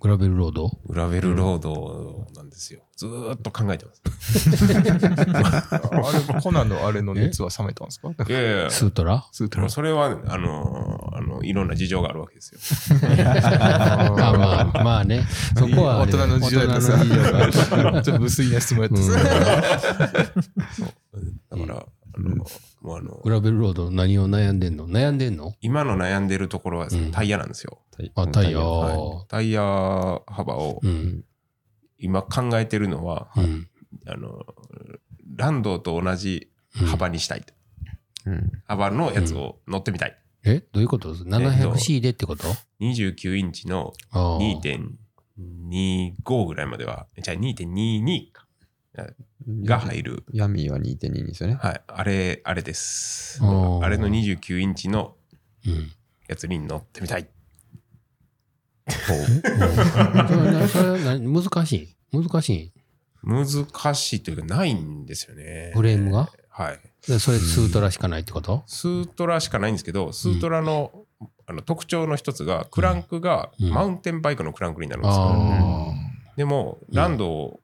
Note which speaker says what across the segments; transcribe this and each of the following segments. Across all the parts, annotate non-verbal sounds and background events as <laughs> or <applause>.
Speaker 1: グラベルロード
Speaker 2: ラベルロードなんですよ。ずーっと考えてます。
Speaker 3: あれ、コナンのあれの熱は冷めたんですか
Speaker 2: いやいや
Speaker 1: スートラ
Speaker 3: スート
Speaker 2: も
Speaker 3: ラ
Speaker 2: うそれは、あのーあの、いろんな事情があるわけですよ。
Speaker 1: あまあ、まあね。そこはあ
Speaker 3: 大
Speaker 1: れだ
Speaker 3: 人
Speaker 1: よ、
Speaker 3: の事情
Speaker 1: 大
Speaker 3: だ
Speaker 1: 人の事情がある
Speaker 3: からちょっと無粋な質問やって
Speaker 1: うん
Speaker 2: だから、あの、もうあの
Speaker 1: グ、ラベルロード何を悩んでんの悩んでんの
Speaker 2: 今の悩んでるところは
Speaker 1: うん
Speaker 2: タイヤなんですよ。
Speaker 1: あ、太陽。
Speaker 2: はいタイヤ幅を
Speaker 1: うん。
Speaker 2: 今考えてるのは、
Speaker 1: うん。
Speaker 2: あの、ランドと同じ幅にしたいと。
Speaker 4: うん。
Speaker 2: 幅のやつを乗ってみたい。
Speaker 1: えどういうこと ?700C でってこと
Speaker 2: 29インチの
Speaker 1: あー
Speaker 2: 2.25ぐらいまでは、じゃあ2.22かが入る。
Speaker 4: 闇は2.2ですよね。
Speaker 2: はい。あれ、あれです。
Speaker 1: あー
Speaker 2: あれの29インチの
Speaker 1: うん。
Speaker 2: やつに乗ってみたい。
Speaker 1: それはなそれはな難しい難しい
Speaker 2: <laughs> 難しいというか、ないんですよね。
Speaker 1: フレームが
Speaker 2: はい。
Speaker 1: でそれスートラしかないってこと
Speaker 2: スートラしかないんですけど、スートラの,、あの特徴の一つが、クランクが
Speaker 1: うん
Speaker 2: マウンテンバイクのクランクになるんですよ。
Speaker 1: あ
Speaker 2: でも、ランドを、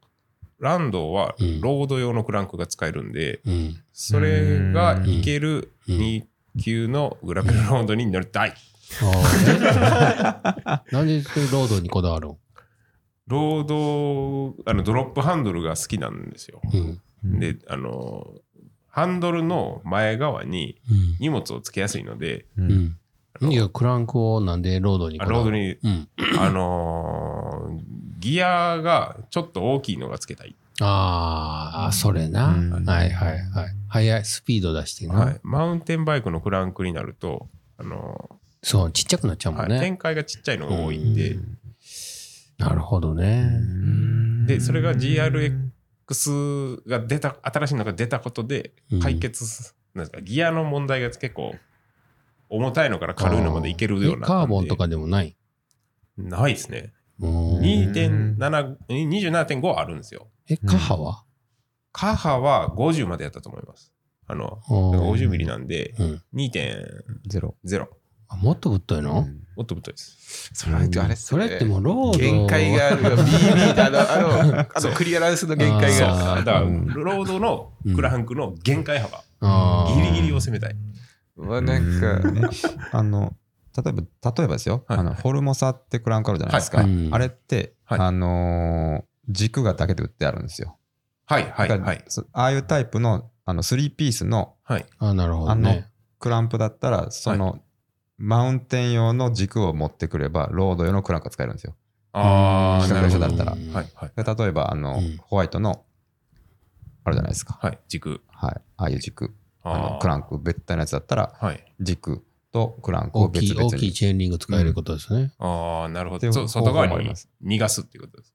Speaker 2: ランドは
Speaker 1: うん
Speaker 2: ロード用のクランクが使えるんで、
Speaker 1: あ。うん。
Speaker 2: それが
Speaker 4: うん
Speaker 2: いける
Speaker 1: うん
Speaker 2: 2級のグラベルロードに乗りたい。
Speaker 1: ああ。えなんでロードにこだわるん
Speaker 2: ロード、あのドロップハンドルが好きなんですよ。
Speaker 1: うん。
Speaker 2: で、あの、ハンドルの前側に荷物をつけやすいので、
Speaker 1: う
Speaker 4: う
Speaker 1: ん。うん。いや、クランクをなんでロードに
Speaker 2: あ
Speaker 1: こだ
Speaker 2: ロ
Speaker 1: わ
Speaker 2: ード
Speaker 1: る
Speaker 2: に、
Speaker 1: うん。
Speaker 2: あのーギアがちょっと大きいのがつけたい。
Speaker 1: ああ、それな。
Speaker 4: うん
Speaker 1: はいはいはい。速い、スピード出してな。
Speaker 2: はい、マウンテンバイクのクランクになると、あの
Speaker 1: そう、ちっちゃくなっちゃう
Speaker 2: ー
Speaker 1: も
Speaker 2: は
Speaker 1: ん
Speaker 2: い
Speaker 1: ね。
Speaker 2: 展開がちっちゃいのが多いんで、
Speaker 1: なるほどね。
Speaker 2: でそれが X が出た、新しいのが出たことで
Speaker 1: うん
Speaker 2: 解決す、なんですか、ギアの問題が結構、重たいのから軽いのまでいけるようにな
Speaker 1: え
Speaker 2: ったんで
Speaker 1: カーボンとかでもない。
Speaker 2: ないですね。
Speaker 1: うん
Speaker 2: 2.7 27.5あるんですよ。
Speaker 1: え、カハは
Speaker 2: カハは50までやったと思います。あの、だから50ミリなんで、
Speaker 1: うん。
Speaker 2: 2.0。
Speaker 4: ゼロ。
Speaker 1: あもっとぶっといの
Speaker 2: もっと太いです。
Speaker 3: それはあれっす
Speaker 1: そ
Speaker 3: ね
Speaker 1: れってもうロード。
Speaker 3: 限界があるよ。BB
Speaker 1: <laughs>
Speaker 3: だあの、あの、あとクリアランスの限界が。
Speaker 1: あー
Speaker 2: だから、
Speaker 4: うん
Speaker 2: ロードのクランクの限界幅、
Speaker 1: あー
Speaker 2: ギリギリを攻めたい。
Speaker 3: うわ、なんか、
Speaker 4: か、あの、例えば、例えばですよ、
Speaker 2: はい
Speaker 4: あのホルモサってクランクあるじゃないですか。
Speaker 1: はいはい
Speaker 4: あれって、
Speaker 2: はい
Speaker 4: あのー軸がだけで売ってあるんですよ。
Speaker 2: はいはい
Speaker 4: だから
Speaker 2: はい。
Speaker 4: そああいうタイプのあの3ピースの
Speaker 2: はい。
Speaker 1: あ、なるほどね。
Speaker 4: クランプだったら、その、マウンテン用の軸を持ってくれば、ロード用のクランクが使えるんですよ。
Speaker 2: ああ、
Speaker 4: うん
Speaker 2: なるほど。
Speaker 4: だったら
Speaker 1: うん
Speaker 2: はいはい。
Speaker 4: で例えば、あの、
Speaker 1: うん
Speaker 4: ホワイトの、あるじゃないですか。
Speaker 2: はい。軸。
Speaker 4: はい。ああいう軸。あ
Speaker 2: あ
Speaker 4: の
Speaker 2: ー
Speaker 4: クランク、別体のやつだったら、
Speaker 2: はい。
Speaker 4: 軸とクランクを
Speaker 1: 大き
Speaker 4: 別
Speaker 1: い、
Speaker 4: 々
Speaker 1: 大きい
Speaker 4: に。
Speaker 1: チェーンリング使えることですね。
Speaker 2: ああ、なるほ
Speaker 4: って
Speaker 2: ど。
Speaker 4: いう
Speaker 2: そう外側
Speaker 4: 方法もあり
Speaker 2: に
Speaker 4: ます
Speaker 2: 逃がすっていうことです。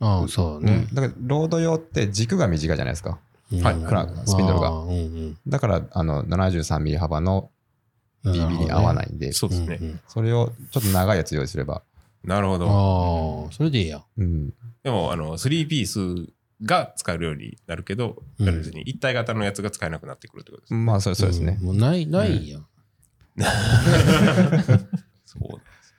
Speaker 1: ああ、そう
Speaker 4: う
Speaker 1: ね
Speaker 4: ん。だから、ロード用って軸が短いじゃないですか。
Speaker 1: うん
Speaker 2: はい
Speaker 4: クランクスピンドルが
Speaker 1: あーうん
Speaker 4: だから、あの、73ミリ幅の
Speaker 1: うん。
Speaker 4: BB に合わ
Speaker 1: い。
Speaker 4: ないんで、
Speaker 2: そうですね。
Speaker 1: んん
Speaker 4: それをちょっと長いやつ用意すれば、
Speaker 2: なるほど。
Speaker 1: ああ、それでいいや。
Speaker 4: うん、
Speaker 2: でも、あの、3ピースが使えるようになるけど、
Speaker 1: うん
Speaker 2: 別に一体型のやつが使えなくなってくるってことです。
Speaker 4: まあ、それそうですね
Speaker 1: ん。もうない、ないやん。
Speaker 2: そうなんです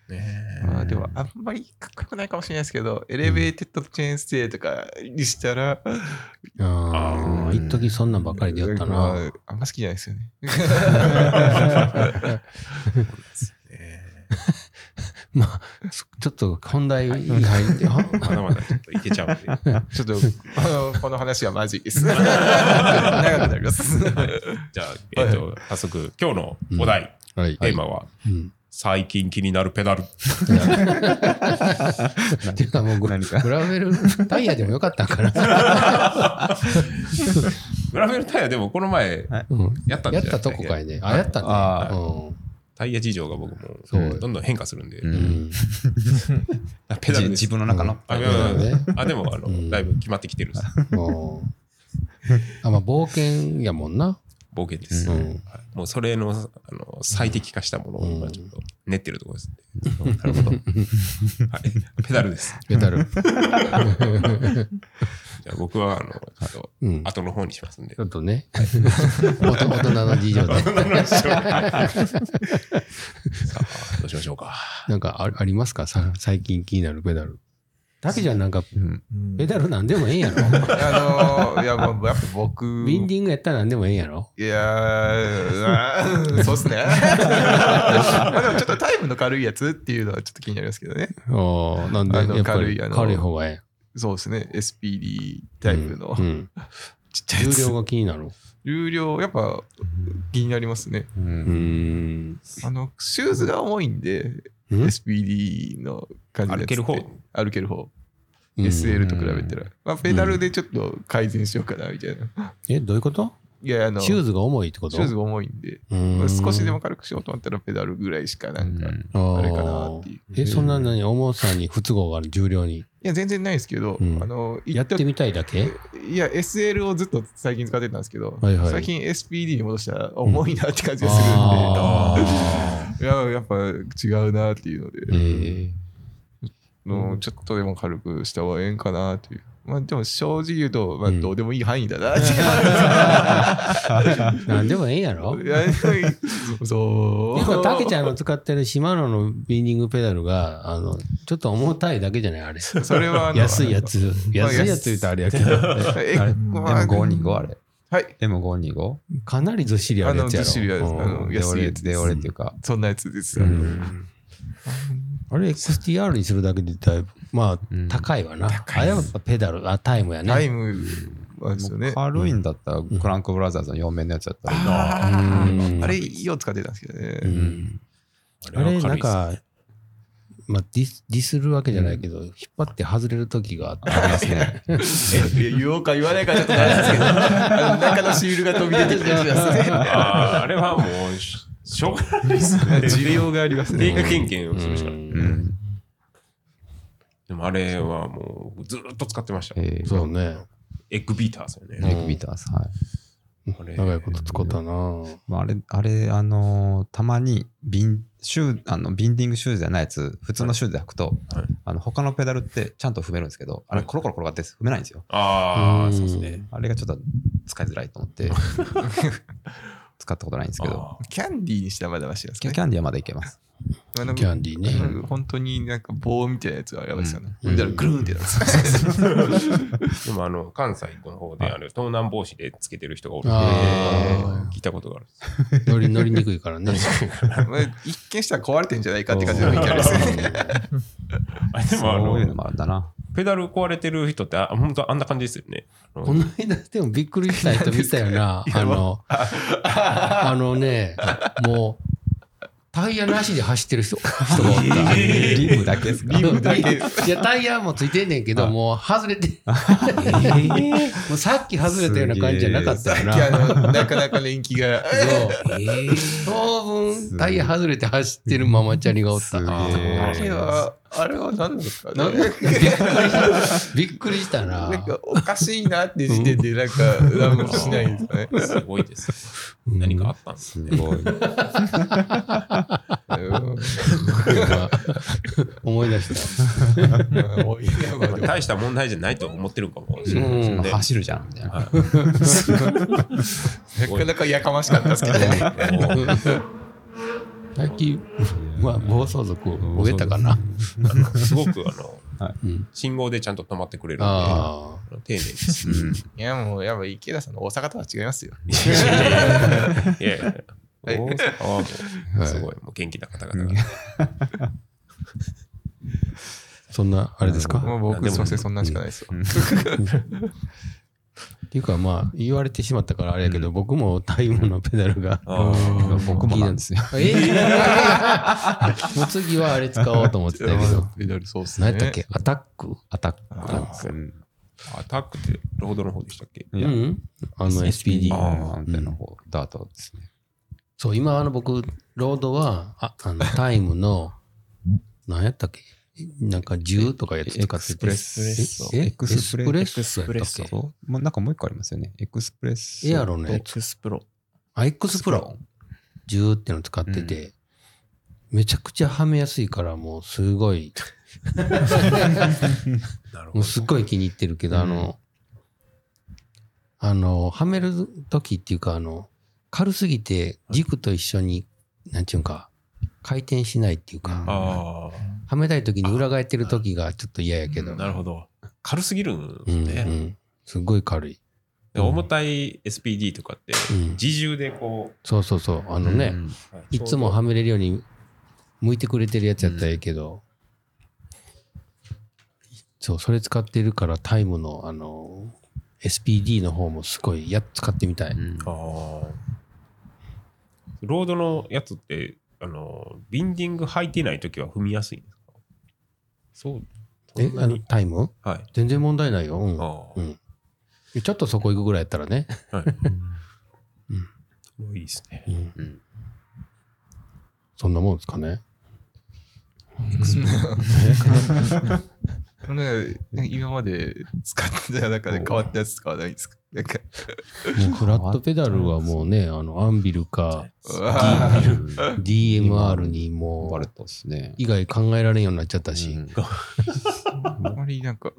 Speaker 2: ね。
Speaker 3: まあでもあんまりかっこよくないかもしれないですけど、エレベーテッドチェーンステイとかにした
Speaker 1: あ
Speaker 3: ら、
Speaker 1: あ、
Speaker 4: うん
Speaker 1: 一時そんなんばっかりでやった
Speaker 3: ま
Speaker 1: な。
Speaker 3: ああんま好きじゃないですよね。
Speaker 1: まあ、そちょっと本題に入
Speaker 4: <laughs>
Speaker 1: って、は
Speaker 2: まだまだちょっといけち
Speaker 1: <laughs>
Speaker 2: ゃうんで。
Speaker 3: ちょっと、あのこの話はまずいです。長くなります。
Speaker 2: じゃあ、えっ、と、早速、今日のお題、
Speaker 1: はい。
Speaker 2: テーマは、
Speaker 1: うん。
Speaker 2: 最近気になるペダル。
Speaker 1: ていうかもうグラ
Speaker 4: 何か
Speaker 1: グラベルタイヤでもよかったんかな。
Speaker 2: グラベルタイヤでもこの前、
Speaker 1: うん
Speaker 2: やったんじ
Speaker 1: や
Speaker 2: ゃ
Speaker 1: ったとこか
Speaker 2: い
Speaker 1: いね。あ、やったね。
Speaker 4: ああ
Speaker 1: うん
Speaker 2: タイヤ事情が僕も、
Speaker 1: そう
Speaker 2: どんどん変化するんで、
Speaker 4: う
Speaker 1: うんん。
Speaker 2: ペダル
Speaker 4: じ
Speaker 2: で
Speaker 4: 自
Speaker 2: す。
Speaker 4: 分の中の。
Speaker 2: あ、いやいやいや
Speaker 1: ね
Speaker 2: あでも、あの、
Speaker 1: うん
Speaker 2: だいぶ決まってきてるんです。
Speaker 1: うんあ、まあ、冒険やもんな。
Speaker 2: 冒険です。
Speaker 1: うん
Speaker 2: はいもうそれのあの最適化したものを
Speaker 1: うん
Speaker 2: 今ちょっと練ってるところです、ね。なる
Speaker 1: <laughs>
Speaker 2: ほど。はい。ペダルです。
Speaker 1: メダ
Speaker 4: <laughs>
Speaker 1: ル。
Speaker 2: じゃあ僕は、あの、ちょっと
Speaker 1: うん。
Speaker 2: 後の方にしますんで
Speaker 1: ちょ。っと <laughs> ね。大人の事情で。
Speaker 2: さあどうしようしましょうか。
Speaker 1: なんかあありますかさ最近気になるペダル。だけじゃんなんか、
Speaker 4: うん
Speaker 1: ペダルなんでもええんや
Speaker 3: <laughs>
Speaker 1: ろ。
Speaker 3: あのー、いや、まあやっぱ僕、
Speaker 1: ビンディングやったらなんでもええんやろ。
Speaker 3: いやー、うんそうっすね。
Speaker 1: <laughs>
Speaker 3: まあでもちょっとタイムの軽いやつっていうのはちょっと気になりますけどね。
Speaker 1: おーなんで、
Speaker 3: あの
Speaker 1: やっぱ
Speaker 3: 軽
Speaker 1: り
Speaker 3: いあの
Speaker 1: 軽い方がええ。
Speaker 3: そうですね。SPD タイプの
Speaker 1: うんうん
Speaker 3: ちっちゃいや
Speaker 1: <laughs> 重
Speaker 3: つ。
Speaker 1: 量が気になる。
Speaker 3: 重量、やっぱ気になりますね。
Speaker 4: う
Speaker 1: うんん。
Speaker 3: あの、シューズが重いんで、
Speaker 1: うん
Speaker 3: SPD の感じの
Speaker 2: 歩
Speaker 3: やつって
Speaker 2: ける方。
Speaker 3: 歩ける方。SL と比べたら。まあ、ペダルでちょっと改善しようかな、みたいな。
Speaker 1: え、どういうこと
Speaker 3: いや、あの、
Speaker 1: シューズが重いってこと
Speaker 3: シューズが重いんで、
Speaker 1: うーん
Speaker 3: 少しでも軽くしようと思ったらペダルぐらいしかなんか、
Speaker 4: うん
Speaker 3: あ
Speaker 1: あ
Speaker 3: れかなっていう。い
Speaker 1: ーえ、そんな何重さに不都合がある重量に。
Speaker 3: や、全然ないですけど、
Speaker 1: うん
Speaker 3: あの、
Speaker 1: やってみたいだけ
Speaker 3: いや、SL をずっと最近使ってたんですけど、
Speaker 1: はいはい
Speaker 3: 最近 SPD に戻したら重いなって感じがするんで、
Speaker 1: あ
Speaker 3: いややっぱ違うなっていうので、
Speaker 1: ー
Speaker 3: <laughs>
Speaker 1: うん
Speaker 3: のちょっとでも軽くした方がええんかなという。まあでも正直言うと、ま
Speaker 1: う
Speaker 3: あ
Speaker 1: ん
Speaker 3: どうでもいい範囲だなっていう。
Speaker 1: なんでもええんやろ
Speaker 3: いや
Speaker 1: <laughs>
Speaker 3: そ
Speaker 1: 結
Speaker 3: う。
Speaker 1: 構、たけちゃんの使ってるシマノのビンディングペダルが、あの、ちょっと重たいだけじゃないあれ。
Speaker 3: それはあの
Speaker 1: 安いやつ。安いやつ言うとあれやけど。
Speaker 3: え
Speaker 4: あれ
Speaker 3: まあ
Speaker 4: M525 あれ
Speaker 3: はい。
Speaker 4: M525
Speaker 1: かなりずっしりあるやつやろ。
Speaker 3: あのずっしりあるやつ
Speaker 1: うん
Speaker 3: あの
Speaker 4: で
Speaker 3: 安い
Speaker 4: 俺
Speaker 3: やつ
Speaker 4: で俺っていうか
Speaker 3: そんなやつです。
Speaker 1: うんあれ XTR にするだけでだいぶまあ
Speaker 4: うん
Speaker 1: 高いわな、あれはやっぱペダルあタイムやね
Speaker 3: タイムはですよ
Speaker 4: も
Speaker 3: ね
Speaker 4: う。軽いんだったらクランクブラザーズの4面のやつだったらいいな
Speaker 3: あ
Speaker 1: うん
Speaker 3: ーあれ、いいよ使ってたんですけど
Speaker 1: う
Speaker 3: ね。
Speaker 1: ん
Speaker 2: あ
Speaker 1: あ
Speaker 2: は軽い
Speaker 1: れ
Speaker 2: っす
Speaker 1: なん、かまあディスディスるわけじゃないけど、引っ張って外れる時があった
Speaker 4: ありますね
Speaker 3: えいや言おうか言わないかちょっとあれ <laughs> ですけど、あの中のシールが飛び出てきてますね。
Speaker 2: <laughs> あーあれはもうし、しょうがないですね。
Speaker 3: 需要があります
Speaker 2: 定
Speaker 3: ね。
Speaker 2: 価権限をするしか
Speaker 1: う
Speaker 2: ない。
Speaker 4: うんん
Speaker 2: でもあれはもうずーっと使ってました。
Speaker 4: えー
Speaker 1: そうね
Speaker 2: エッグビーターですよ
Speaker 4: ネ
Speaker 2: ね。
Speaker 4: イクビーターズはい
Speaker 2: あれ
Speaker 1: 長いこと使ったな
Speaker 4: まああれ、あれ、あのーたまにビン、シュー、あの、ビンディングシューズじゃないやつ、普通のシューズで履くと、
Speaker 2: はい
Speaker 4: あの、他のペダルってちゃんと踏めるんですけど、あれ、
Speaker 2: はい
Speaker 4: コロコロ転がって踏めないんですよ。
Speaker 2: あ
Speaker 1: う
Speaker 2: あ、
Speaker 1: ん
Speaker 2: そうですね。
Speaker 4: あれがちょっと使いづらいと思って、使ったことないんですけど、
Speaker 2: あー
Speaker 3: キャンディーにしたらまだマシなんです
Speaker 4: キ
Speaker 3: け
Speaker 4: ャキャンディはまだいけます。
Speaker 3: どね。
Speaker 1: キャンディーね、
Speaker 3: うん本当になんか棒みたいなやつはやばいですよね。
Speaker 1: うん
Speaker 3: だからグルーンってなるんですよ。
Speaker 2: でもあの、関西の方である盗難防止でつけてる人がおるんで
Speaker 1: あー
Speaker 2: 聞いたことがあるんです。
Speaker 1: 乗り乗りにくいからね
Speaker 3: まあ一見したら壊れてんじゃないかって感じの勢いですね。
Speaker 2: あれでもあ
Speaker 4: そういうの
Speaker 2: の、
Speaker 4: もあるんだな。
Speaker 2: ペダル壊れてる人って、あ本当あんな感じですよね。あの
Speaker 1: この間でもびっくりした人見たよ <laughs> な。あの、あのね、もう、タイヤなしで走ってる人、人がお <laughs> った。
Speaker 4: リムだけですか
Speaker 3: リムだけ
Speaker 1: いや、タイヤもついてんねんけど、もう外れて、 <laughs> もうさっき外れたような感じじゃなかったよな。
Speaker 3: いや
Speaker 1: そう
Speaker 3: あのなかなか年季が。
Speaker 1: 当分、タイヤ外れて走ってるママチャリがおっ
Speaker 4: す
Speaker 1: た。
Speaker 4: げ
Speaker 2: あ
Speaker 3: あ
Speaker 2: ー
Speaker 4: え。
Speaker 3: れは、あれは何なんですかね
Speaker 1: なんかびっくりしたびっくりしたな。
Speaker 3: なんかおかしいなって時点でなんか何もしないんですかね。
Speaker 2: <laughs> すごいです。何かあったんです
Speaker 4: すごい。
Speaker 3: うん
Speaker 1: 今思い出した。
Speaker 3: まあおいいやまあ
Speaker 2: まあ
Speaker 3: でも
Speaker 2: 大した問題じゃないと思ってるかもしれないです
Speaker 1: う
Speaker 2: よ
Speaker 1: ん
Speaker 2: ね。
Speaker 4: 走るじゃん、みたいな。
Speaker 3: なかなかやかましかったですけどね。
Speaker 1: <laughs> 最近、まあ、暴走族を終えたかな。
Speaker 2: あのすごくあの、
Speaker 1: うん
Speaker 2: 信号でちゃんと止まってくれるんで、あ
Speaker 1: あ
Speaker 2: の丁寧です。
Speaker 4: うん
Speaker 3: いやもうやっぱ池田さんの大阪とは違いますよ。
Speaker 2: いやいや
Speaker 3: はい
Speaker 2: 大阪はも
Speaker 1: は
Speaker 2: う
Speaker 1: い
Speaker 2: すごい、もう元気な方々が。
Speaker 1: あ、そんな、あれですか
Speaker 3: もう
Speaker 2: で
Speaker 3: 僕
Speaker 2: も
Speaker 3: そうですねそんなんしかないですよ。
Speaker 1: っていうか、まあ、言われてしまったからあれやけど、僕もタイムのペダルが。
Speaker 2: あ
Speaker 4: 僕もなんですよ。
Speaker 1: <laughs> え <laughs> もう次はあれ使おうと思ってたけど。
Speaker 3: ペダルそうっすね。
Speaker 1: 何やったっけアタック
Speaker 4: アタック。
Speaker 2: あ
Speaker 4: うん
Speaker 2: ーアタックってロードの方でしたっけ
Speaker 1: う
Speaker 4: いや
Speaker 1: ん。あの SPD。
Speaker 4: あー安定の方、ダートですね。
Speaker 1: そう、今あの僕、ロードは、ああのタイムの、何やったっけなんか10とかやつ使ってて。
Speaker 4: エクスプレッソ
Speaker 1: え
Speaker 4: エクスプレ
Speaker 1: エクスプレッソやったっけ
Speaker 4: そうもうなんかもう一個ありますよね。エクスプレッソ。
Speaker 1: エアロのやつ
Speaker 4: クスプロ。
Speaker 1: アイクスプロ10っての使ってて、めちゃくちゃはめやすいからもうすごい、
Speaker 2: なるほ
Speaker 1: もう
Speaker 2: ど。
Speaker 1: すっごい気に入ってるけど、あの、あの、はめる時っていうか、あの、軽すぎて軸と一緒に、なんちゅうんか、回転しないっていうか、
Speaker 4: うん
Speaker 2: あ
Speaker 1: はめたい時に裏返ってる時がちょっと嫌やけど、
Speaker 2: あ、なるほど。軽すぎるん
Speaker 1: うん
Speaker 2: で
Speaker 1: う
Speaker 2: ね。
Speaker 1: んすごい軽い、
Speaker 2: で重たい SPD とかって、
Speaker 1: うん、
Speaker 2: 自重でこ
Speaker 1: そうそうそうあのね、
Speaker 4: うん
Speaker 2: う、
Speaker 1: いつもはめれるように向いてくれてるやつやったらええけど、そう、それ使ってるからタイムのあの、SPD の方もすごいや使ってみたい。
Speaker 4: うん
Speaker 2: あーロードのやつって、あの、ビンディング履いてないときは踏みやすいんですかそう。そ
Speaker 1: え
Speaker 2: ん、な
Speaker 1: あの
Speaker 2: に
Speaker 1: タイム
Speaker 2: はい。
Speaker 1: 全然問題ないよ。うん
Speaker 2: ああ、
Speaker 1: うんちょっとそこ行くぐらいやったらね。
Speaker 2: いいですね。
Speaker 1: うん
Speaker 4: うん
Speaker 1: そんなもんですかね。
Speaker 3: あのね今まで使ってた中で変わったやつ使わないんですかなんか、
Speaker 1: もうフラットペダルはもう
Speaker 4: <laughs>
Speaker 1: ね、あの、アンビルか
Speaker 3: うわ
Speaker 1: <laughs>
Speaker 3: ー
Speaker 1: DMR にも
Speaker 4: バ
Speaker 1: う、
Speaker 4: ルトですね。
Speaker 1: 以外考えられんようになっちゃったし。
Speaker 4: うん
Speaker 3: あんまりなんか、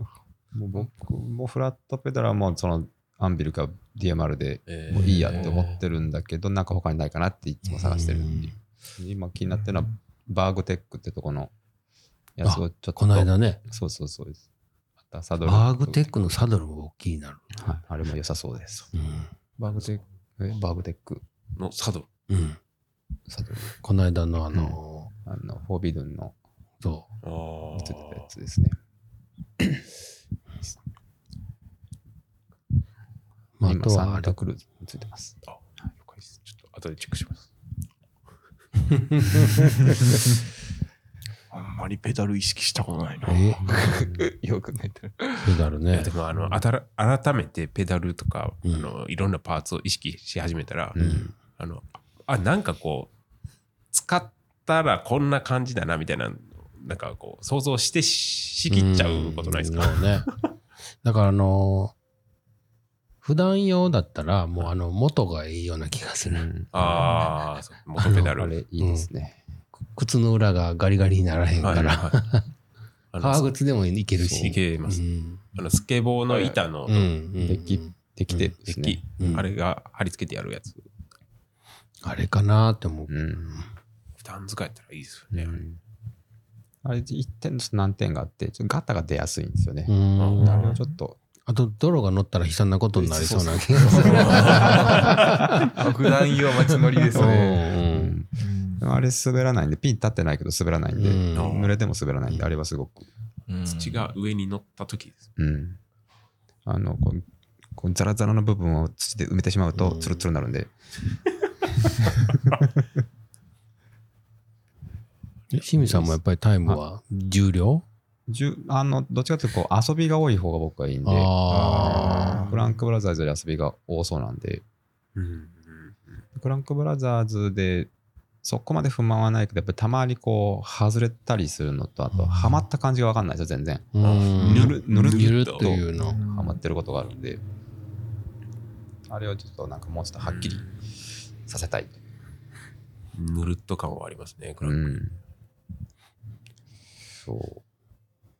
Speaker 4: もう僕もフラットペダルはもうそのアンビルか DMR で
Speaker 2: えー
Speaker 4: もういいやって思ってるんだけど、なんか他にないかなっていつも探してるっていう。今気になってるのはバーグテックってとこのやつをちょっと。
Speaker 1: この間ね、
Speaker 4: そうそうそうです。またサドル。
Speaker 1: バーグテックのサドルも大きいなる。
Speaker 4: はい、あれも良さそうです。
Speaker 1: うん
Speaker 4: バーグテック、えバーグテック、
Speaker 2: の佐渡。
Speaker 1: うん、
Speaker 4: サドル。
Speaker 1: この間のあの
Speaker 4: あの、フォービドゥンの
Speaker 1: ー、そ
Speaker 2: あ
Speaker 4: ついてたや
Speaker 2: あ。
Speaker 4: つですね。
Speaker 1: う、まあ、あ
Speaker 4: 今、
Speaker 1: と
Speaker 4: サ
Speaker 1: はあ
Speaker 4: ン
Speaker 1: れ
Speaker 4: タクルーズについてます。
Speaker 2: 了解ですちょっと後でチェックします。あんまりペダル意識したことないな。 <laughs>
Speaker 1: え
Speaker 3: よくないってる。
Speaker 1: ペダル
Speaker 2: い
Speaker 1: ね
Speaker 2: やでもあのあたら改めてペダルとか、
Speaker 1: うん
Speaker 2: あのいろんなパーツを意識し始めたら、
Speaker 1: うん
Speaker 2: あのあなんかこう使ったらこんな感じだなみたいななんかこう想像してししきっちゃうことないですか、
Speaker 1: うんそうねだからあのー普段用だったらもうあの元がいいような気がする、
Speaker 2: ああそう元ペダ
Speaker 4: あ
Speaker 2: ル
Speaker 4: れ、いいですね。
Speaker 1: 靴の裏がガリガリにならへんから、
Speaker 2: はいあの
Speaker 1: 革靴でもいけるし
Speaker 2: いけます
Speaker 1: うん
Speaker 2: あのスケボーの板の
Speaker 1: うんうん
Speaker 4: デッキできてるんで
Speaker 2: デ
Speaker 4: す
Speaker 2: ッ
Speaker 4: ね
Speaker 2: キ。、
Speaker 1: うん
Speaker 2: あれが貼り付けてやるやつ
Speaker 1: あれかなって思う、
Speaker 4: うん。
Speaker 2: 普段使いやったらいいですよね、
Speaker 4: あれ、一点ちょっと難点があって、ちょっとガタが出やすいんですよね
Speaker 1: う。ん
Speaker 4: あれをちょっと、
Speaker 1: あと泥が乗ったら悲惨なことになりそうな気がする
Speaker 2: <laughs> あ
Speaker 3: 普段用街乗りですね。
Speaker 4: うんでもあれ滑らないんで、ピン立ってないけど滑らないんで、
Speaker 1: うん
Speaker 4: 濡れても滑らないんで、あれはすごく。
Speaker 2: ー土が上に乗った時です
Speaker 4: うん。あの、こう、こうザラザラの部分を土で埋めてしまうと、
Speaker 1: うん
Speaker 4: ツルツルになるんで、
Speaker 1: 清水さんもやっぱりタイムは重量
Speaker 4: じゅあの、どっちかというと、こう、遊びが多い方が僕はいいんで、
Speaker 1: あ
Speaker 4: クランクブラザーズより遊びが多そうなんで、クランクブラザーズで、そこまで不満はないけど、やっぱりたまにこう、外れたりするのと、あと、
Speaker 1: うん
Speaker 4: はまった感じがわかんないですよ、全然。
Speaker 1: あ。うん
Speaker 2: ぬるぬるっと
Speaker 1: ぬるっというの。
Speaker 4: ハマってることがあるんで、あれをちょっとなんかもうちょっとはっきりさせたい。
Speaker 2: ぬるっと感はありますね、クラ
Speaker 4: う
Speaker 2: ンク
Speaker 4: ん。そ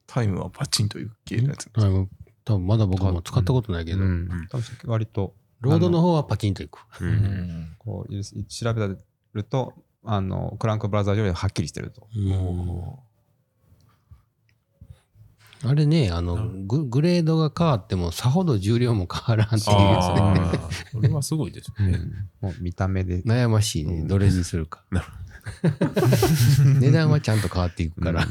Speaker 3: タイムはパチンという系のやつ。
Speaker 1: あの多分まだ僕はもう使ったことないけ
Speaker 4: う。
Speaker 1: ど、
Speaker 4: うん
Speaker 2: うん。
Speaker 4: 多分割と、
Speaker 1: ロードの方はパキンといく。
Speaker 2: うん
Speaker 4: こう、調べると、あの、クランクブラザーズよりはっきりしてると。
Speaker 1: あれね、あ
Speaker 2: う
Speaker 1: の
Speaker 2: ん
Speaker 1: グ、グレードが変わってもさほど重量も変わらんっていうですね。
Speaker 2: ああ、それはすごいですね。
Speaker 4: もう見た目で。
Speaker 1: 悩ましいね、どれにするか。 <laughs> 値段はちゃんと変わっていくから。
Speaker 2: あ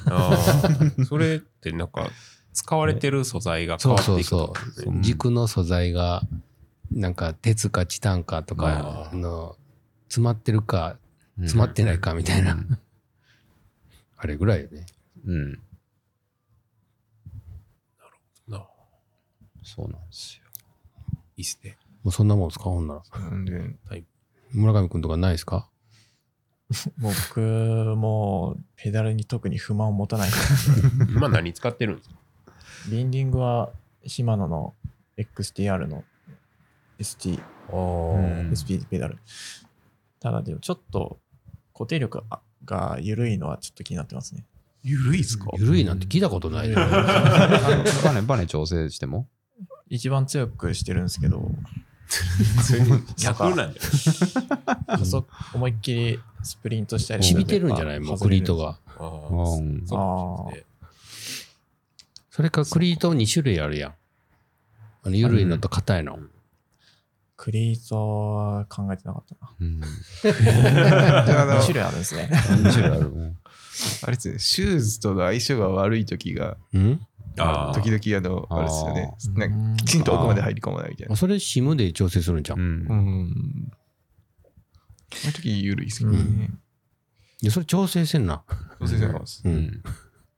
Speaker 2: あ、それってなんか、使われてる素材が変
Speaker 1: そう
Speaker 2: わっ
Speaker 1: そ
Speaker 2: て
Speaker 1: う
Speaker 2: いくと
Speaker 1: そ
Speaker 2: かね
Speaker 1: う。軸の素材が、なんか鉄かチタンかとか、
Speaker 2: あー
Speaker 1: あの、詰まってるか、
Speaker 4: うん
Speaker 1: 詰まってないかみたいな。あれぐらいよね。
Speaker 4: うん。
Speaker 2: な
Speaker 4: そうなんです
Speaker 1: <laughs>
Speaker 4: よ。
Speaker 2: いいっすね。
Speaker 1: もうそんなもんですかほんなら。
Speaker 3: なんで、
Speaker 1: 村上くんとかないですか
Speaker 5: 僕もペダルに特に不満を持たないから
Speaker 2: 今何使ってるんですか
Speaker 5: ビンディングはシマノの XTR の ST、
Speaker 2: ああ、
Speaker 4: ん
Speaker 5: SP ペダル。ただでもちょっと固定力がが緩いのはちょっと気になってますね。
Speaker 2: ゆるいっすか
Speaker 1: ゆるいなんて聞いたことないよ。
Speaker 4: バネ、バネ調整しても
Speaker 5: 一番強くしてるんですけど、
Speaker 2: 逆なんじゃない
Speaker 5: 加速思いっきりスプリントしたり
Speaker 1: 染みてるんじゃないもうクリートが。
Speaker 2: あー
Speaker 4: うん
Speaker 2: そうかもしれない
Speaker 1: それかクリート2種類あるやん。あの、緩いのと硬いの。
Speaker 5: クリートは考えてなかった
Speaker 1: <laughs>
Speaker 5: な。
Speaker 4: うん
Speaker 3: あの
Speaker 5: 2種類あるんですね。
Speaker 4: 何種類あるもん
Speaker 3: あれですね、シューズとの相性が悪い時が、
Speaker 1: うん
Speaker 2: あー
Speaker 3: 時々あの、あれですよね。
Speaker 5: あー
Speaker 3: なんかきちんと奥まで入り込まないみたいな。
Speaker 1: それシムで調整するんじゃん。
Speaker 4: う
Speaker 1: い
Speaker 3: うんん。その時、緩いですけどね。
Speaker 1: や、それ調整せんな。
Speaker 3: そうですね。
Speaker 1: うん。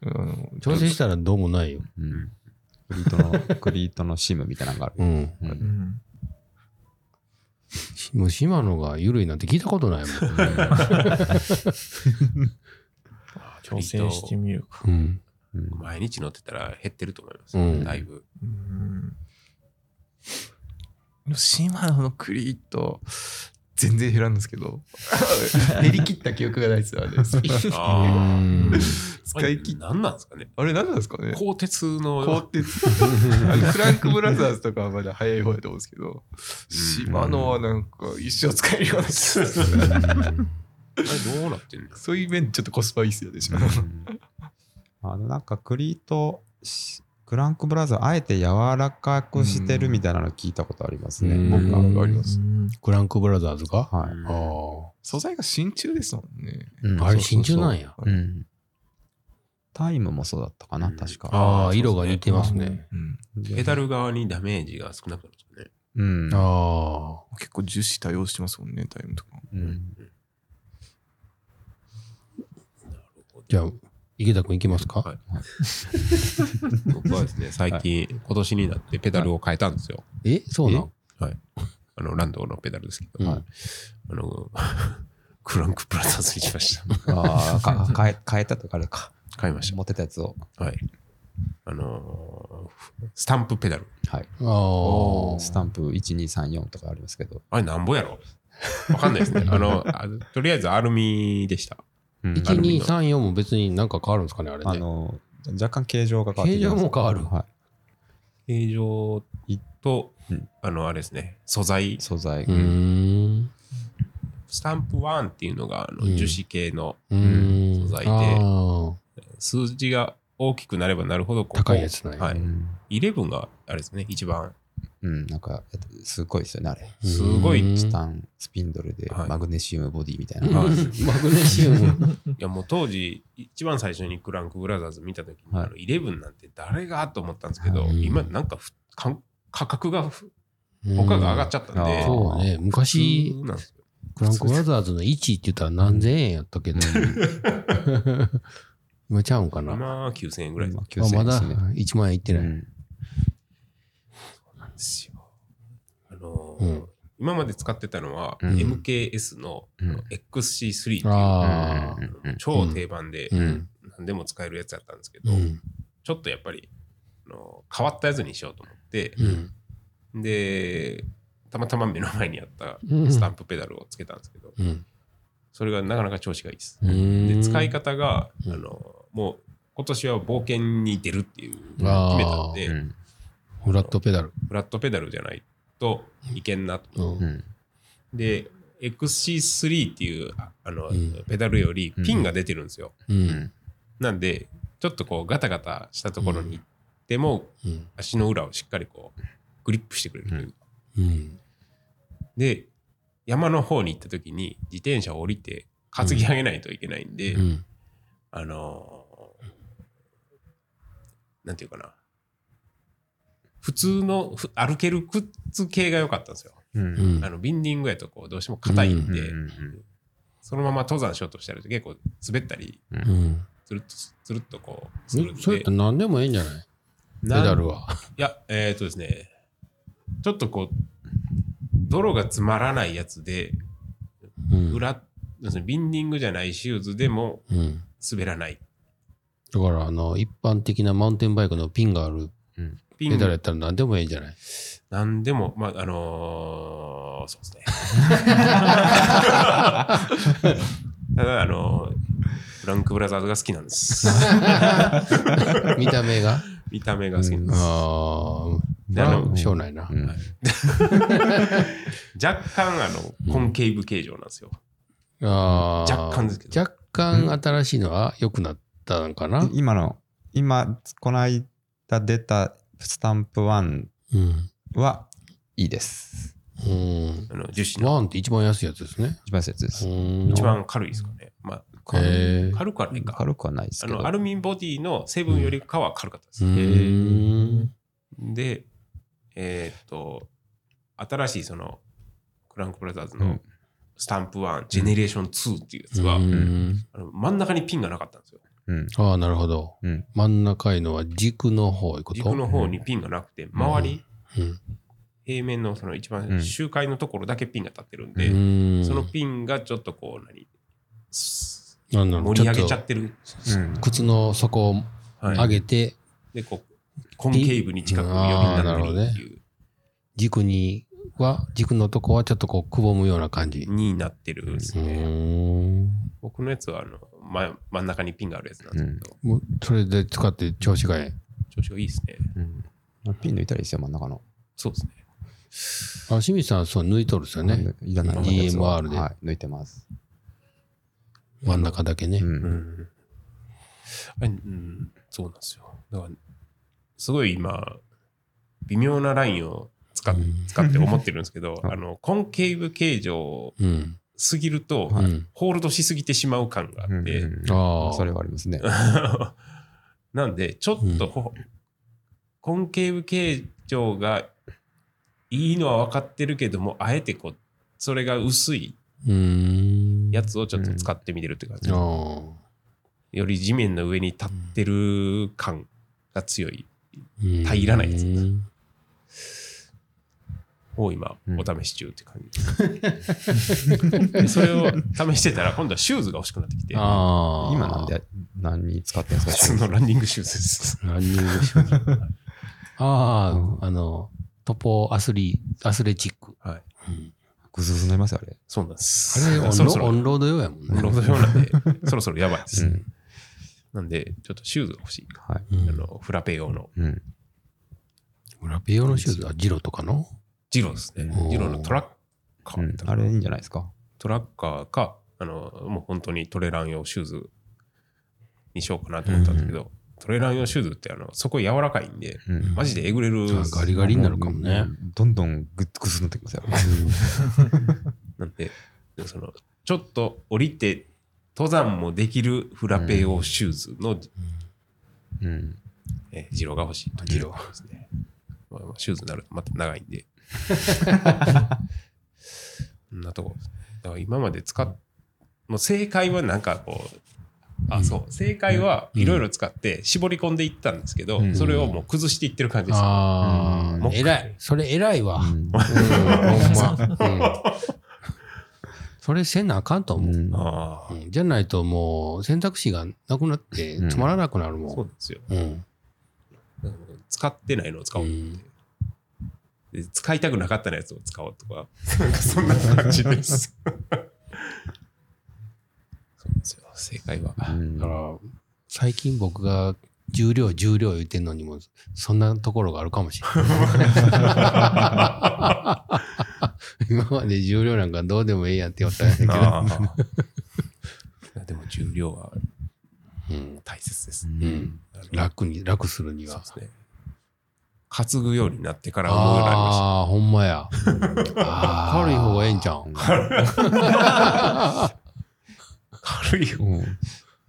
Speaker 3: うん
Speaker 1: 調整したらどうもないよ。
Speaker 4: うんクリートのクリートのシムみたいなのがある
Speaker 1: うん。
Speaker 4: うん
Speaker 5: ん。
Speaker 1: もう島野が緩いなんて聞いたことないもん。
Speaker 5: 調整してみるか。
Speaker 1: <laughs> うん。
Speaker 4: うん
Speaker 2: 毎日乗ってたら減ってると思います、
Speaker 1: うん
Speaker 2: だいぶ。
Speaker 5: うん。
Speaker 3: 島のクリート、全然減らんですけど、 <laughs> 減り切った記憶がないですよ、あれ。
Speaker 2: あー
Speaker 3: 使い切っ
Speaker 2: 何なんですかね
Speaker 3: <laughs> あれ何なんですかね
Speaker 2: 鋼鉄
Speaker 3: 凍
Speaker 2: の
Speaker 3: ってつあのフランク・ブラザーズとかはまだ早い方だと思うんですけど、島野はなんか一生使えるような気がす
Speaker 2: あ
Speaker 3: る
Speaker 2: れどうなってんの
Speaker 3: そういう面ちょっとコスパいいっすよね、島野。
Speaker 4: あのなんかクリートしクランクブラザーあえて柔らかくしてるみたいなの聞いたことありますね、
Speaker 1: うん
Speaker 4: 僕は
Speaker 3: うんあります
Speaker 5: うん
Speaker 1: クランクブラザーズかあ
Speaker 4: はい、
Speaker 1: あー。
Speaker 3: 素材が真鍮ですもんね。
Speaker 4: うん
Speaker 1: あれ真鍮なん
Speaker 4: そう
Speaker 1: や。
Speaker 4: そうそううんタイムもそうだったかな、
Speaker 2: うん
Speaker 4: 確か
Speaker 1: あ
Speaker 2: あ
Speaker 1: あ、
Speaker 2: ー
Speaker 1: 色が似てますね。
Speaker 3: うん
Speaker 4: で
Speaker 2: ペダル側にダメージが少なくなるんですよね。
Speaker 4: うん
Speaker 1: ああ。
Speaker 3: 結構樹脂多用してますもんね、タイムとか。
Speaker 4: うん
Speaker 1: じゃあ、池田君いきます
Speaker 2: は
Speaker 1: か
Speaker 2: い僕はですね、最近、今年になってペダルを変えたんですよ。
Speaker 1: えそうなん
Speaker 2: あの、ランドのペダルですけ
Speaker 1: う
Speaker 2: ど、
Speaker 1: ん
Speaker 2: はいあの、 <laughs> クランクプラザーズにしました。
Speaker 4: ああか変え変えたとかあれか
Speaker 2: 買いまし
Speaker 4: 持ってたやつを
Speaker 2: た。はい。あのー、スタンプペダル。
Speaker 4: はい
Speaker 1: ああ。
Speaker 4: スタンプ1234とかありますけど、
Speaker 2: あれなんぼやろわかんないです
Speaker 1: <laughs>
Speaker 2: ね。あの、あとりあえずアルミでした。
Speaker 4: うん
Speaker 2: アルミの
Speaker 1: 1234も別になんか変わるんですかね、あれ
Speaker 4: あ
Speaker 1: で。
Speaker 4: の若干形状が変わってきます
Speaker 1: 形状も変わる
Speaker 4: は
Speaker 2: 形状と、
Speaker 4: うん
Speaker 2: あの、あれですね、素材
Speaker 4: い、、素材、
Speaker 1: うーん。
Speaker 2: スタンプ1っていうのがあの
Speaker 1: うん
Speaker 2: 樹脂系の
Speaker 1: うーん。
Speaker 2: 素材で
Speaker 1: あー
Speaker 2: 数字が大きくなればなるほどこう
Speaker 1: 高いやつなんや
Speaker 2: は
Speaker 4: う
Speaker 2: い。
Speaker 4: ん
Speaker 2: 11があれですね、一番。
Speaker 4: うん、なんか、すごいですよね、あれ。
Speaker 2: すごい
Speaker 1: うん
Speaker 4: チタン、スピンドルで
Speaker 2: はい
Speaker 4: マグネシウムボディみたい
Speaker 1: うん
Speaker 4: な。
Speaker 2: はい
Speaker 1: <laughs> マグネシウ
Speaker 2: <laughs>
Speaker 1: ム。
Speaker 2: いやもう当時、一番最初にクランクブラザーズ見たときに、
Speaker 4: はい
Speaker 2: あの11なんて誰がと思ったんですけど、
Speaker 1: はい
Speaker 2: 今なんかふかん価格がふ他が上がっちゃったん
Speaker 4: うん
Speaker 2: で、
Speaker 4: あー
Speaker 1: そうね。昔、
Speaker 2: 普通なんですよ
Speaker 1: クランクブラザーズの1位って言ったら何千円やった
Speaker 2: <laughs>
Speaker 1: けど。今ちゃうんかな。ま
Speaker 2: 今9000円ぐらいで
Speaker 4: まあ、
Speaker 1: あ
Speaker 4: 9000
Speaker 1: ま
Speaker 4: 円で
Speaker 1: だ
Speaker 4: すね。
Speaker 1: 1万円いって
Speaker 4: う
Speaker 1: ない。
Speaker 4: ん
Speaker 2: すよ。あの
Speaker 1: う
Speaker 2: ー
Speaker 1: ん
Speaker 2: 今まで使ってたのは、
Speaker 4: うん
Speaker 2: MKS の
Speaker 4: うん
Speaker 2: XC3 っていう、
Speaker 1: ああ。
Speaker 4: うんうん
Speaker 2: 超定番で
Speaker 1: うん。
Speaker 2: 何でも使えるやつだったんですけ
Speaker 1: う
Speaker 2: ど、
Speaker 1: ん。
Speaker 2: ちょっとやっぱりあの変わったやつにしようと思って、
Speaker 1: うん。
Speaker 2: でたまたま目の前にあった
Speaker 1: うん
Speaker 2: スタンプペダルをつけたんですけど、
Speaker 1: うん。
Speaker 2: それがなかなか調子がいいです。
Speaker 1: うん
Speaker 2: で使い方が、
Speaker 1: うん
Speaker 2: あのもう今年は冒険に出るっていうのを
Speaker 1: あー
Speaker 2: 決めたんで、
Speaker 4: うん
Speaker 1: フラットペダル。
Speaker 2: フラットペダルじゃないといけんなと。
Speaker 1: うん
Speaker 4: う。ん
Speaker 2: で XC3 っていうああの、
Speaker 1: うん
Speaker 2: ペダルよりピンが出てるんですよ。
Speaker 1: うん。
Speaker 2: なんで、ちょっとこうガタガタしたところに行っても、
Speaker 1: うん。
Speaker 2: 足の裏をしっかりこう、グリップしてくれるというか。
Speaker 1: うん。
Speaker 2: で、山の方に行った時に、自転車を降りて、担ぎ上げないといけないんで、
Speaker 1: うん。
Speaker 2: あのーなんていうかな。普通のふ歩ける靴系が良かったんですよ。
Speaker 4: うん
Speaker 1: うん
Speaker 2: あの、ビンディングやとこう、どうしても硬いんで、
Speaker 4: うん
Speaker 2: そのまま登山しようとしたら結構滑ったり、
Speaker 1: うん。
Speaker 2: つるっと、つるっとこう、するん
Speaker 1: えそれっ
Speaker 2: で
Speaker 1: て、何でもええんじゃないペ
Speaker 2: なん
Speaker 1: ダルは。
Speaker 2: いや、えっ、ー、とですね、ちょっとこう、泥が詰まらないやつで、
Speaker 1: うん。
Speaker 2: 裏、要するにビンディングじゃないシューズでも
Speaker 1: うん。
Speaker 2: 滑らない。
Speaker 1: だから、あの、一般的なマウンテンバイクのピンがある
Speaker 2: ピ
Speaker 1: ペ
Speaker 2: ン
Speaker 1: ダルやったら何でもええんじゃない
Speaker 2: なんでも、まあ、あのーそうですね。ただ、あのーフランクブラザーズが好きなんです。
Speaker 1: 見た目が。
Speaker 2: <laughs> 見た目が好きなんです。
Speaker 1: ああ、
Speaker 2: あの
Speaker 1: しょうないな
Speaker 4: う。ん
Speaker 2: 若干あのコンケーブ形状なんですよ。
Speaker 1: あー
Speaker 2: 若干ですけど
Speaker 1: 若干新しいのは良くなったのかな。
Speaker 4: 今の、今、この間出たスタンプ1
Speaker 1: うん。
Speaker 4: はいいです。
Speaker 1: うん。
Speaker 2: あの樹脂の
Speaker 1: ワンって一番安いやつですね。
Speaker 4: 一番説です。
Speaker 1: 一
Speaker 2: 一番軽いですかね。まあ、
Speaker 1: へー
Speaker 2: 軽くはないか。
Speaker 4: 軽くはないです
Speaker 2: あ
Speaker 4: けど
Speaker 2: のア。ルミボディの成分よりかは軽かったです。
Speaker 1: うん。
Speaker 2: で、えーっと、新しいその、クランクブラザーズ
Speaker 4: う
Speaker 2: の
Speaker 4: ん
Speaker 2: スタンプ1、ジェネレーション2っていうやつは、
Speaker 1: うん
Speaker 2: あの真ん中にピンがなかったんですよ。
Speaker 4: うん。
Speaker 1: ああ、なるほど。
Speaker 4: うん
Speaker 1: 真ん中いのは軸の方いうこと
Speaker 2: 軸の方にピンがなくて、周り、
Speaker 1: うん
Speaker 2: 平面のその一
Speaker 4: う
Speaker 2: 番
Speaker 4: ん
Speaker 2: 周回のところだけピンが立ってるん
Speaker 1: う
Speaker 2: で、
Speaker 1: ん
Speaker 2: そのピンがちょっとこう、何、す
Speaker 1: なんだろう
Speaker 2: 盛り上げちゃ
Speaker 1: ょっ
Speaker 2: ってる。
Speaker 4: うん
Speaker 1: と靴の底を
Speaker 2: はい
Speaker 1: 上げて、
Speaker 2: で、こう、コンケーブに近く呼びになってるっていう、
Speaker 1: 軸には、軸のとこはちょっとこうくぼむような感じ。
Speaker 2: になってるんです
Speaker 1: う
Speaker 2: ね。
Speaker 1: ん。
Speaker 2: 僕のやつは、あの、ま真ん中にピンがあるやつなんですけど、
Speaker 1: もうそれで使って調子がえ
Speaker 2: 調子がいいですね。
Speaker 4: うんピン抜いたらいいですよ、真ん中の。
Speaker 2: そうですね。
Speaker 1: え。あ、清水さん、そう抜いとるっすよね。
Speaker 4: いらない真ん中のやつを
Speaker 1: DMR で
Speaker 4: はい、抜いてます。
Speaker 1: 真ん中だけね。
Speaker 4: うん
Speaker 2: うん。あうん、そうなんですよ。だから、すごい今、微妙なラインを使っ
Speaker 1: うん
Speaker 2: 使って思ってるんですけど、
Speaker 4: うん
Speaker 2: あの、コンケーブ形状
Speaker 1: うん。
Speaker 2: すぎると、
Speaker 1: うん。
Speaker 2: ホールドしすぎてしまう感があ
Speaker 4: うんう
Speaker 2: っ
Speaker 4: ん
Speaker 2: て、
Speaker 4: うん
Speaker 1: ああ。
Speaker 4: それはありますね。
Speaker 2: <laughs> なんで、ちょっとほ、コンケーブ形状がいいのは分かってるけども、あえてこう、それが薄い
Speaker 1: うん。
Speaker 2: やつをちょっと使ってみてるって感じ、
Speaker 1: ああ。
Speaker 2: より地面の上に立ってる感が強い
Speaker 1: うん
Speaker 2: 平らないやつ
Speaker 1: うん
Speaker 2: を今
Speaker 4: うん
Speaker 2: お試し中って感じ、でそれを試してたら今度はシューズが欲しくなってきて
Speaker 1: ああ。
Speaker 4: 今なんで何に使ってんです
Speaker 2: 普 <laughs>
Speaker 4: か
Speaker 2: 通のランニングシュー
Speaker 1: <laughs>
Speaker 2: ズです
Speaker 1: ランニングシューズ。
Speaker 2: <laughs>
Speaker 1: ああ、あの、トポアスリ、アスレチック。
Speaker 2: はい
Speaker 1: うん
Speaker 4: グズグズになりますよ、あれ。
Speaker 2: そうなんです
Speaker 1: あれ、オン
Speaker 2: そろ
Speaker 1: ロ
Speaker 2: そろ
Speaker 1: オ
Speaker 2: オ
Speaker 1: ンロード用やもん
Speaker 2: ンロー
Speaker 1: ね。
Speaker 2: ド用なんで <laughs> そろそろやばいです、
Speaker 4: うん
Speaker 2: なんでちょっとシューズが欲しい、
Speaker 4: はい。
Speaker 1: うん
Speaker 2: あのフラペ用の
Speaker 4: うん。
Speaker 1: 裏ペ用のシューズはジロとかの
Speaker 2: ジローですね
Speaker 1: おー
Speaker 2: ジローのトラッカ
Speaker 4: う
Speaker 2: ー
Speaker 4: ん
Speaker 2: だったか
Speaker 4: あ
Speaker 2: な
Speaker 4: れいいんじゃないですか。
Speaker 2: トラッカーかあのもう本当にトレラン用シューズにしようかなと思ったんですけど、トレラン用シューズってあのそこ柔らかいんで
Speaker 4: うん
Speaker 2: マジでえぐれる
Speaker 1: あガリガリになるかもね。。
Speaker 4: どんどんグッグズになってきますよ。
Speaker 2: なんで、でもその、ちょっと降りて、登山もできるフラペ用シューズの、
Speaker 4: うん。
Speaker 2: えージローが欲しいと。
Speaker 1: ジロー
Speaker 2: ですね。まあまあシューズになるとまた長いん <laughs> で。そんなとこ。だから今まで使っ、もう正解はなんかこう、あ、そう、正解はいろいろ使って絞り込んでいったんですけど、
Speaker 4: うん
Speaker 2: それをもう崩していってる感じです。
Speaker 1: あ
Speaker 2: うん
Speaker 1: あ、偉い。それ偉いわ。うん
Speaker 4: うん
Speaker 1: <laughs> ほんま。うんそれせなあかんと思う。
Speaker 4: うん
Speaker 2: あ
Speaker 1: う
Speaker 2: あ、
Speaker 1: んじゃないともう選択肢がなくなって
Speaker 4: うん
Speaker 1: つまらなくなるも。
Speaker 2: そうんなんですよ。
Speaker 1: うん。
Speaker 2: だから使ってないのを使おうと思って。で使いたくなかったやつを使おうとか、 <laughs> なんかそんな感じです。 <laughs> そうなんですよ、正解は。
Speaker 4: うん
Speaker 1: だから、最近僕が重量、重量言ってんのにも、そんなところがあるかもしれない。 <laughs> 今まで重量なんかどうでもええやんって言ったんやけど。
Speaker 2: <laughs> ああ。でも重量は
Speaker 1: うん。
Speaker 2: 大切です。
Speaker 1: うん。
Speaker 2: あの
Speaker 1: 楽に、楽するに
Speaker 2: そう
Speaker 1: は
Speaker 2: で。すね。担ぐようになってから思うようになりました。
Speaker 1: ああ、ほんまや。軽い方がええんちゃうん。
Speaker 2: 軽い方、
Speaker 4: <laughs> うん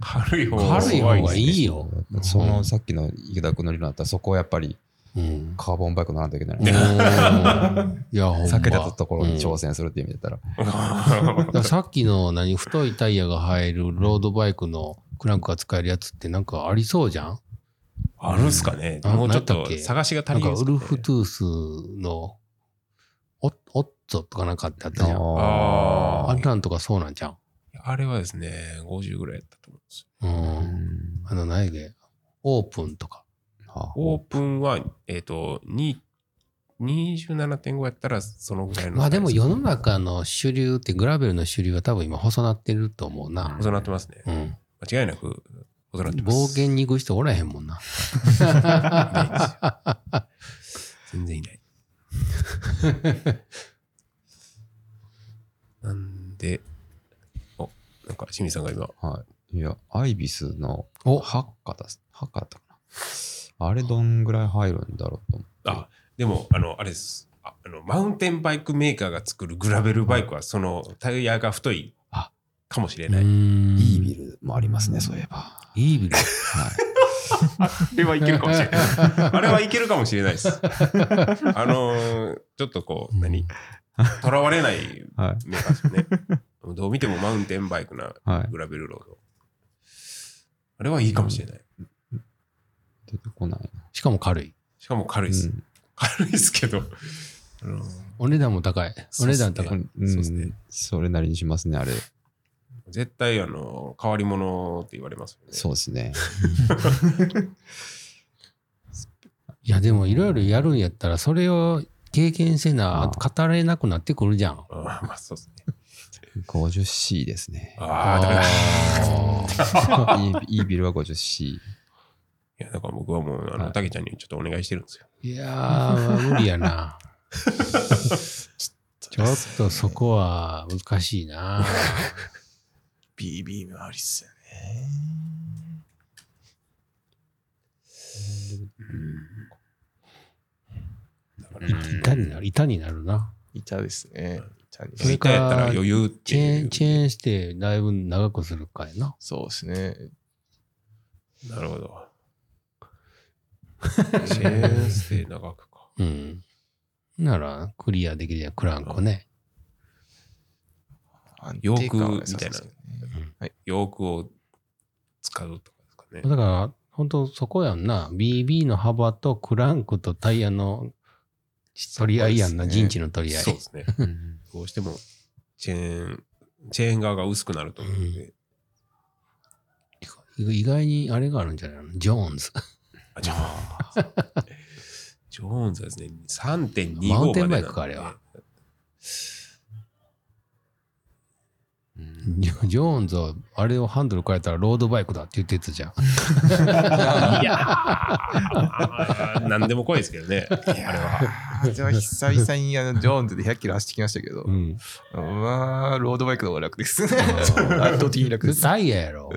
Speaker 2: 軽い方
Speaker 1: 軽い方がい
Speaker 2: い。
Speaker 1: いよ。
Speaker 4: そのさっきの池田君の理論だったらそこはやっぱり
Speaker 1: <laughs> うん。
Speaker 4: カーボンバイク乗らないといけない。
Speaker 1: おーいや、ほんま。
Speaker 4: 避けたところに挑戦するっていう意味だったら。
Speaker 1: だからさっきの何太いタイヤが入るロードバイクのクランクが使えるやつってなんかありそうじゃん
Speaker 2: <laughs> あるんすかね
Speaker 1: うん
Speaker 2: もうち
Speaker 1: な
Speaker 2: ょっ
Speaker 1: ん
Speaker 2: と
Speaker 1: だっけ
Speaker 2: 探しが
Speaker 1: な
Speaker 2: 足
Speaker 1: ん
Speaker 2: りな
Speaker 1: か
Speaker 2: いです
Speaker 1: ウ
Speaker 2: かね
Speaker 1: ルフトゥースのオッオッツォとかなんかってあったじゃん。
Speaker 2: あ
Speaker 1: あんなんとかそうなんじゃん。
Speaker 2: あれはですね、50ぐらいやったと思うんですよ。
Speaker 1: うん。
Speaker 4: あ
Speaker 1: あの、何やっけオープンとか。
Speaker 2: オープンは、えっ、と、に27.5やったらそのぐらいの。
Speaker 1: まあでも世の中の主流ってグラベルの主流は多分今細なってると思うな。
Speaker 2: 細なってますね
Speaker 1: う。ん。
Speaker 2: 間違いなく細なってます。
Speaker 1: 冒険に行く人おらへんもんな。
Speaker 2: <laughs> ないですよ。全然いなんで、お、なんか清水さんが今、
Speaker 4: はい。いや、アイビスの
Speaker 1: お
Speaker 4: 8価だ、8価だったかな。あれどんぐらい入るんだろうと思って。
Speaker 2: あ、でも、あの、あれです。ああのマウンテンバイクメーカーが作るグラベルバイクは、そのタイヤが太い
Speaker 4: あ
Speaker 2: かもしれ
Speaker 1: う
Speaker 2: ない。
Speaker 1: ん
Speaker 4: いいビルもありますね、そういえば。はい
Speaker 1: いビル。
Speaker 4: い。
Speaker 2: あれはいけるかもしれない。 <laughs> あれはいけるかもしれないです。あのーちょっとこう、何とらわれない
Speaker 4: はい。
Speaker 2: メーカーですよね。どう見てもマウンテンバイクな
Speaker 4: はい。
Speaker 2: グラベルロード。あれはいいかもしれない。
Speaker 4: 出て
Speaker 2: <laughs>
Speaker 4: こない
Speaker 1: しかも軽い。
Speaker 2: しかも軽いです。軽いですけど。あの
Speaker 1: お値段も高い。お
Speaker 2: そうっ
Speaker 1: 値
Speaker 2: すね
Speaker 1: 段高い。
Speaker 4: な。うん。うん
Speaker 2: そうですね
Speaker 4: それなりにしますね、あれ。
Speaker 2: 絶対、あの、変わり者って言われますよね。
Speaker 4: そうですね。
Speaker 1: いや、でもいろいろやるんやったら、それを経験せな、
Speaker 4: あ
Speaker 1: 語れなくなってくるじゃん。
Speaker 2: あーまあ、そうですね。
Speaker 4: 50C ですね。 <laughs>
Speaker 2: ああ、だから、い
Speaker 4: いいいいビルは 50C。
Speaker 2: や、だから僕はもう、あ
Speaker 4: は
Speaker 2: の、
Speaker 4: い
Speaker 2: たけちゃんにちょっとお願いしてるんですよ。
Speaker 1: ー <laughs> いやー、無理や
Speaker 2: <laughs>
Speaker 1: な。ちょっとそこは難しいな。
Speaker 5: BB もありっすよね。
Speaker 2: だから、
Speaker 1: 板になる、板になるな。
Speaker 3: 板ですね。板に
Speaker 1: それ
Speaker 2: 一回やったら余裕って
Speaker 1: チ
Speaker 2: い
Speaker 1: ェー
Speaker 2: う
Speaker 1: ン、。チェーンしてだいぶ長くするかやな。
Speaker 3: そうですね。
Speaker 2: なるほど。チェーンステイ長くか。
Speaker 1: うん。なら、クリアできるやんクランクね。
Speaker 3: 安
Speaker 2: 洋
Speaker 3: 定
Speaker 2: 服
Speaker 3: 感は良さそうです
Speaker 1: <laughs>
Speaker 3: けどね
Speaker 2: 洋服を使うとかですかね
Speaker 1: だ。から、本当そこやんな。BB の幅とクランクとタイヤの取り合いやんな。
Speaker 3: そうですね
Speaker 1: 陣地の取り合い
Speaker 2: そう。ですね。
Speaker 4: うん
Speaker 2: どうしてもチェーン、チェーン側が薄くなると思うんで。
Speaker 1: 意外にあれがあるんじゃないのジョーンズ。
Speaker 2: あ、ジョーンズ。ジョーンズはですね、3.25
Speaker 1: マウンテン
Speaker 2: ま
Speaker 1: バ
Speaker 2: でなんで
Speaker 1: イクかあれは。
Speaker 4: うん
Speaker 1: <laughs> ジョジョーンズは、あれをハンドル変えたらロードバイクだって言ってたじゃん。
Speaker 2: いやー、なんでも怖いですけどね。あれは。
Speaker 3: あーじゃあ久々にあのジョーンズで100キロ走ってきましたけど、う
Speaker 1: うん。
Speaker 3: わーロードバイクの方が楽ですね。圧倒的に楽
Speaker 1: <laughs>
Speaker 3: です。
Speaker 1: タイヤやろ。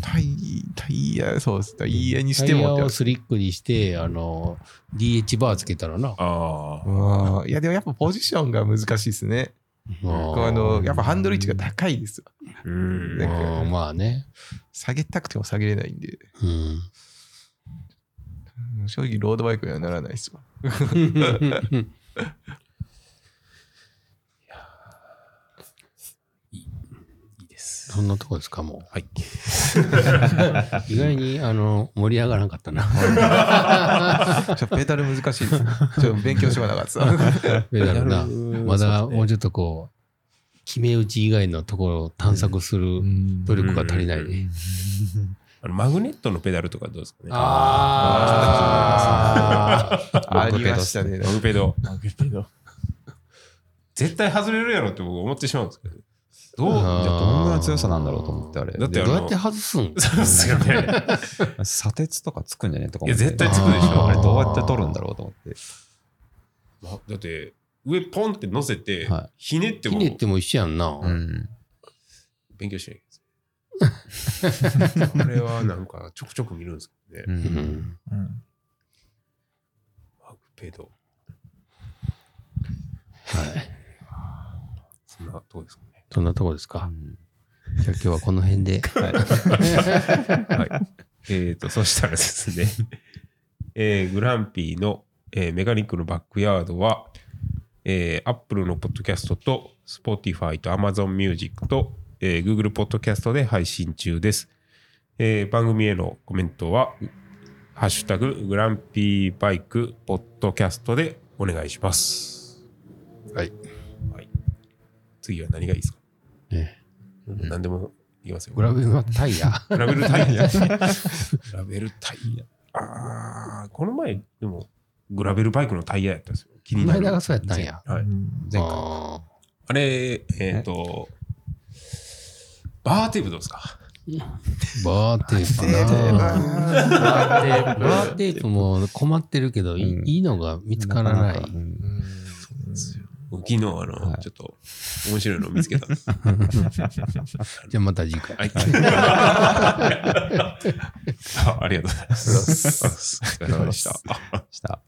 Speaker 3: タイタイヤ、そうです。タイヤに
Speaker 1: タ
Speaker 3: し
Speaker 1: イヤ
Speaker 3: てもって
Speaker 1: をスリックにして、あの、DH バーつけたらな。
Speaker 2: ああ。
Speaker 3: あーいや、でもやっぱポジションが難しいですね。こうあのやっぱハンドル位置が高いですよ。
Speaker 2: うん。
Speaker 3: なんか
Speaker 1: うんまあね。
Speaker 3: 下げたくても下げれないんで、
Speaker 1: うん。
Speaker 3: うん正直ロードバイクにはならない <laughs> ですわ。
Speaker 2: いいです。
Speaker 1: そんなとこですか、も
Speaker 2: は
Speaker 1: う。
Speaker 2: い。
Speaker 1: 意外に、あの、盛り上がらなかった
Speaker 3: <laughs>
Speaker 1: な。
Speaker 3: ちょペダル難しいです。ちょっと勉強しようがなかったですわ。
Speaker 1: メダルな。
Speaker 2: うん
Speaker 1: まだ、
Speaker 2: そうですね
Speaker 1: もうちょっとこう、決め打ち以外のところを探索す
Speaker 3: <laughs>
Speaker 1: る努力が足りないね。
Speaker 2: あのマグネットのペダルとかどうですかね。
Speaker 1: あ
Speaker 3: ありましたね。
Speaker 2: マグペド。
Speaker 5: マグペド。
Speaker 2: 絶対外れるやろって僕思ってしまうんですけど。どう
Speaker 1: あー
Speaker 4: じゃあどんぐらいの強さなんだろうと思って、あれ。
Speaker 2: だって
Speaker 1: ー
Speaker 2: あ
Speaker 1: どう
Speaker 2: の
Speaker 1: やって外す
Speaker 4: <laughs>
Speaker 1: ん
Speaker 2: そうですよね。
Speaker 4: で砂鉄とかつくんじゃねえとか思って。
Speaker 2: いや絶対つくでし
Speaker 1: ょ
Speaker 4: あれどうやって取るんだろうと思って。
Speaker 2: まだって、上ポンって乗せて、
Speaker 4: は
Speaker 2: ひねって
Speaker 1: ひ
Speaker 2: も
Speaker 1: ねっても一緒やんな。
Speaker 4: うん。
Speaker 2: 勉強しなきゃいけない。これはなんかちょくちょく見るんですけど
Speaker 1: うん
Speaker 2: ね。
Speaker 4: う
Speaker 1: ん
Speaker 5: うん。
Speaker 2: マグペド。
Speaker 1: はい。
Speaker 2: そんなとこですかね。
Speaker 1: そんなとこですか。じゃあ今日はこの辺で。
Speaker 2: はい。えっと、そしたらですね、 <laughs> えーグランピーの、えーメカニックのバックヤードは、えー、Apple のポッドキャストと Spotify と Amazon Music と、えー Google ポッドキャストで配信中です。えー番組へのコメントは、ハッシュタググランピーバイクポッドキャストでお願いします。
Speaker 1: はい。
Speaker 2: はい、次は何がいいですか、
Speaker 1: <laughs> ね
Speaker 2: 何でも言いますよ。
Speaker 1: グラベルはタイヤ。
Speaker 2: ラベルタイヤ。ラベルタイヤ。ああ、この前、でも、グラベルバイクのタイヤやったんですよ。気にな
Speaker 1: 前
Speaker 2: る。
Speaker 1: 田がそうやったんや。
Speaker 2: はい。
Speaker 4: 前回。
Speaker 1: あ
Speaker 2: あれ、えっ、と、バーテーブどうですか
Speaker 1: ーバーテープな。
Speaker 3: あ
Speaker 1: バーテープも困ってるけど、い
Speaker 4: うん
Speaker 1: いいのが見つからな
Speaker 4: か
Speaker 1: い
Speaker 4: か。うん
Speaker 5: ですよ。
Speaker 2: 昨日、あの、
Speaker 4: はい
Speaker 2: ちょっと面白いのを見つけたんです。
Speaker 5: Hm.
Speaker 1: じゃあまた次回。
Speaker 2: はい。あありがとうございます。お疲れ様でした。
Speaker 4: した。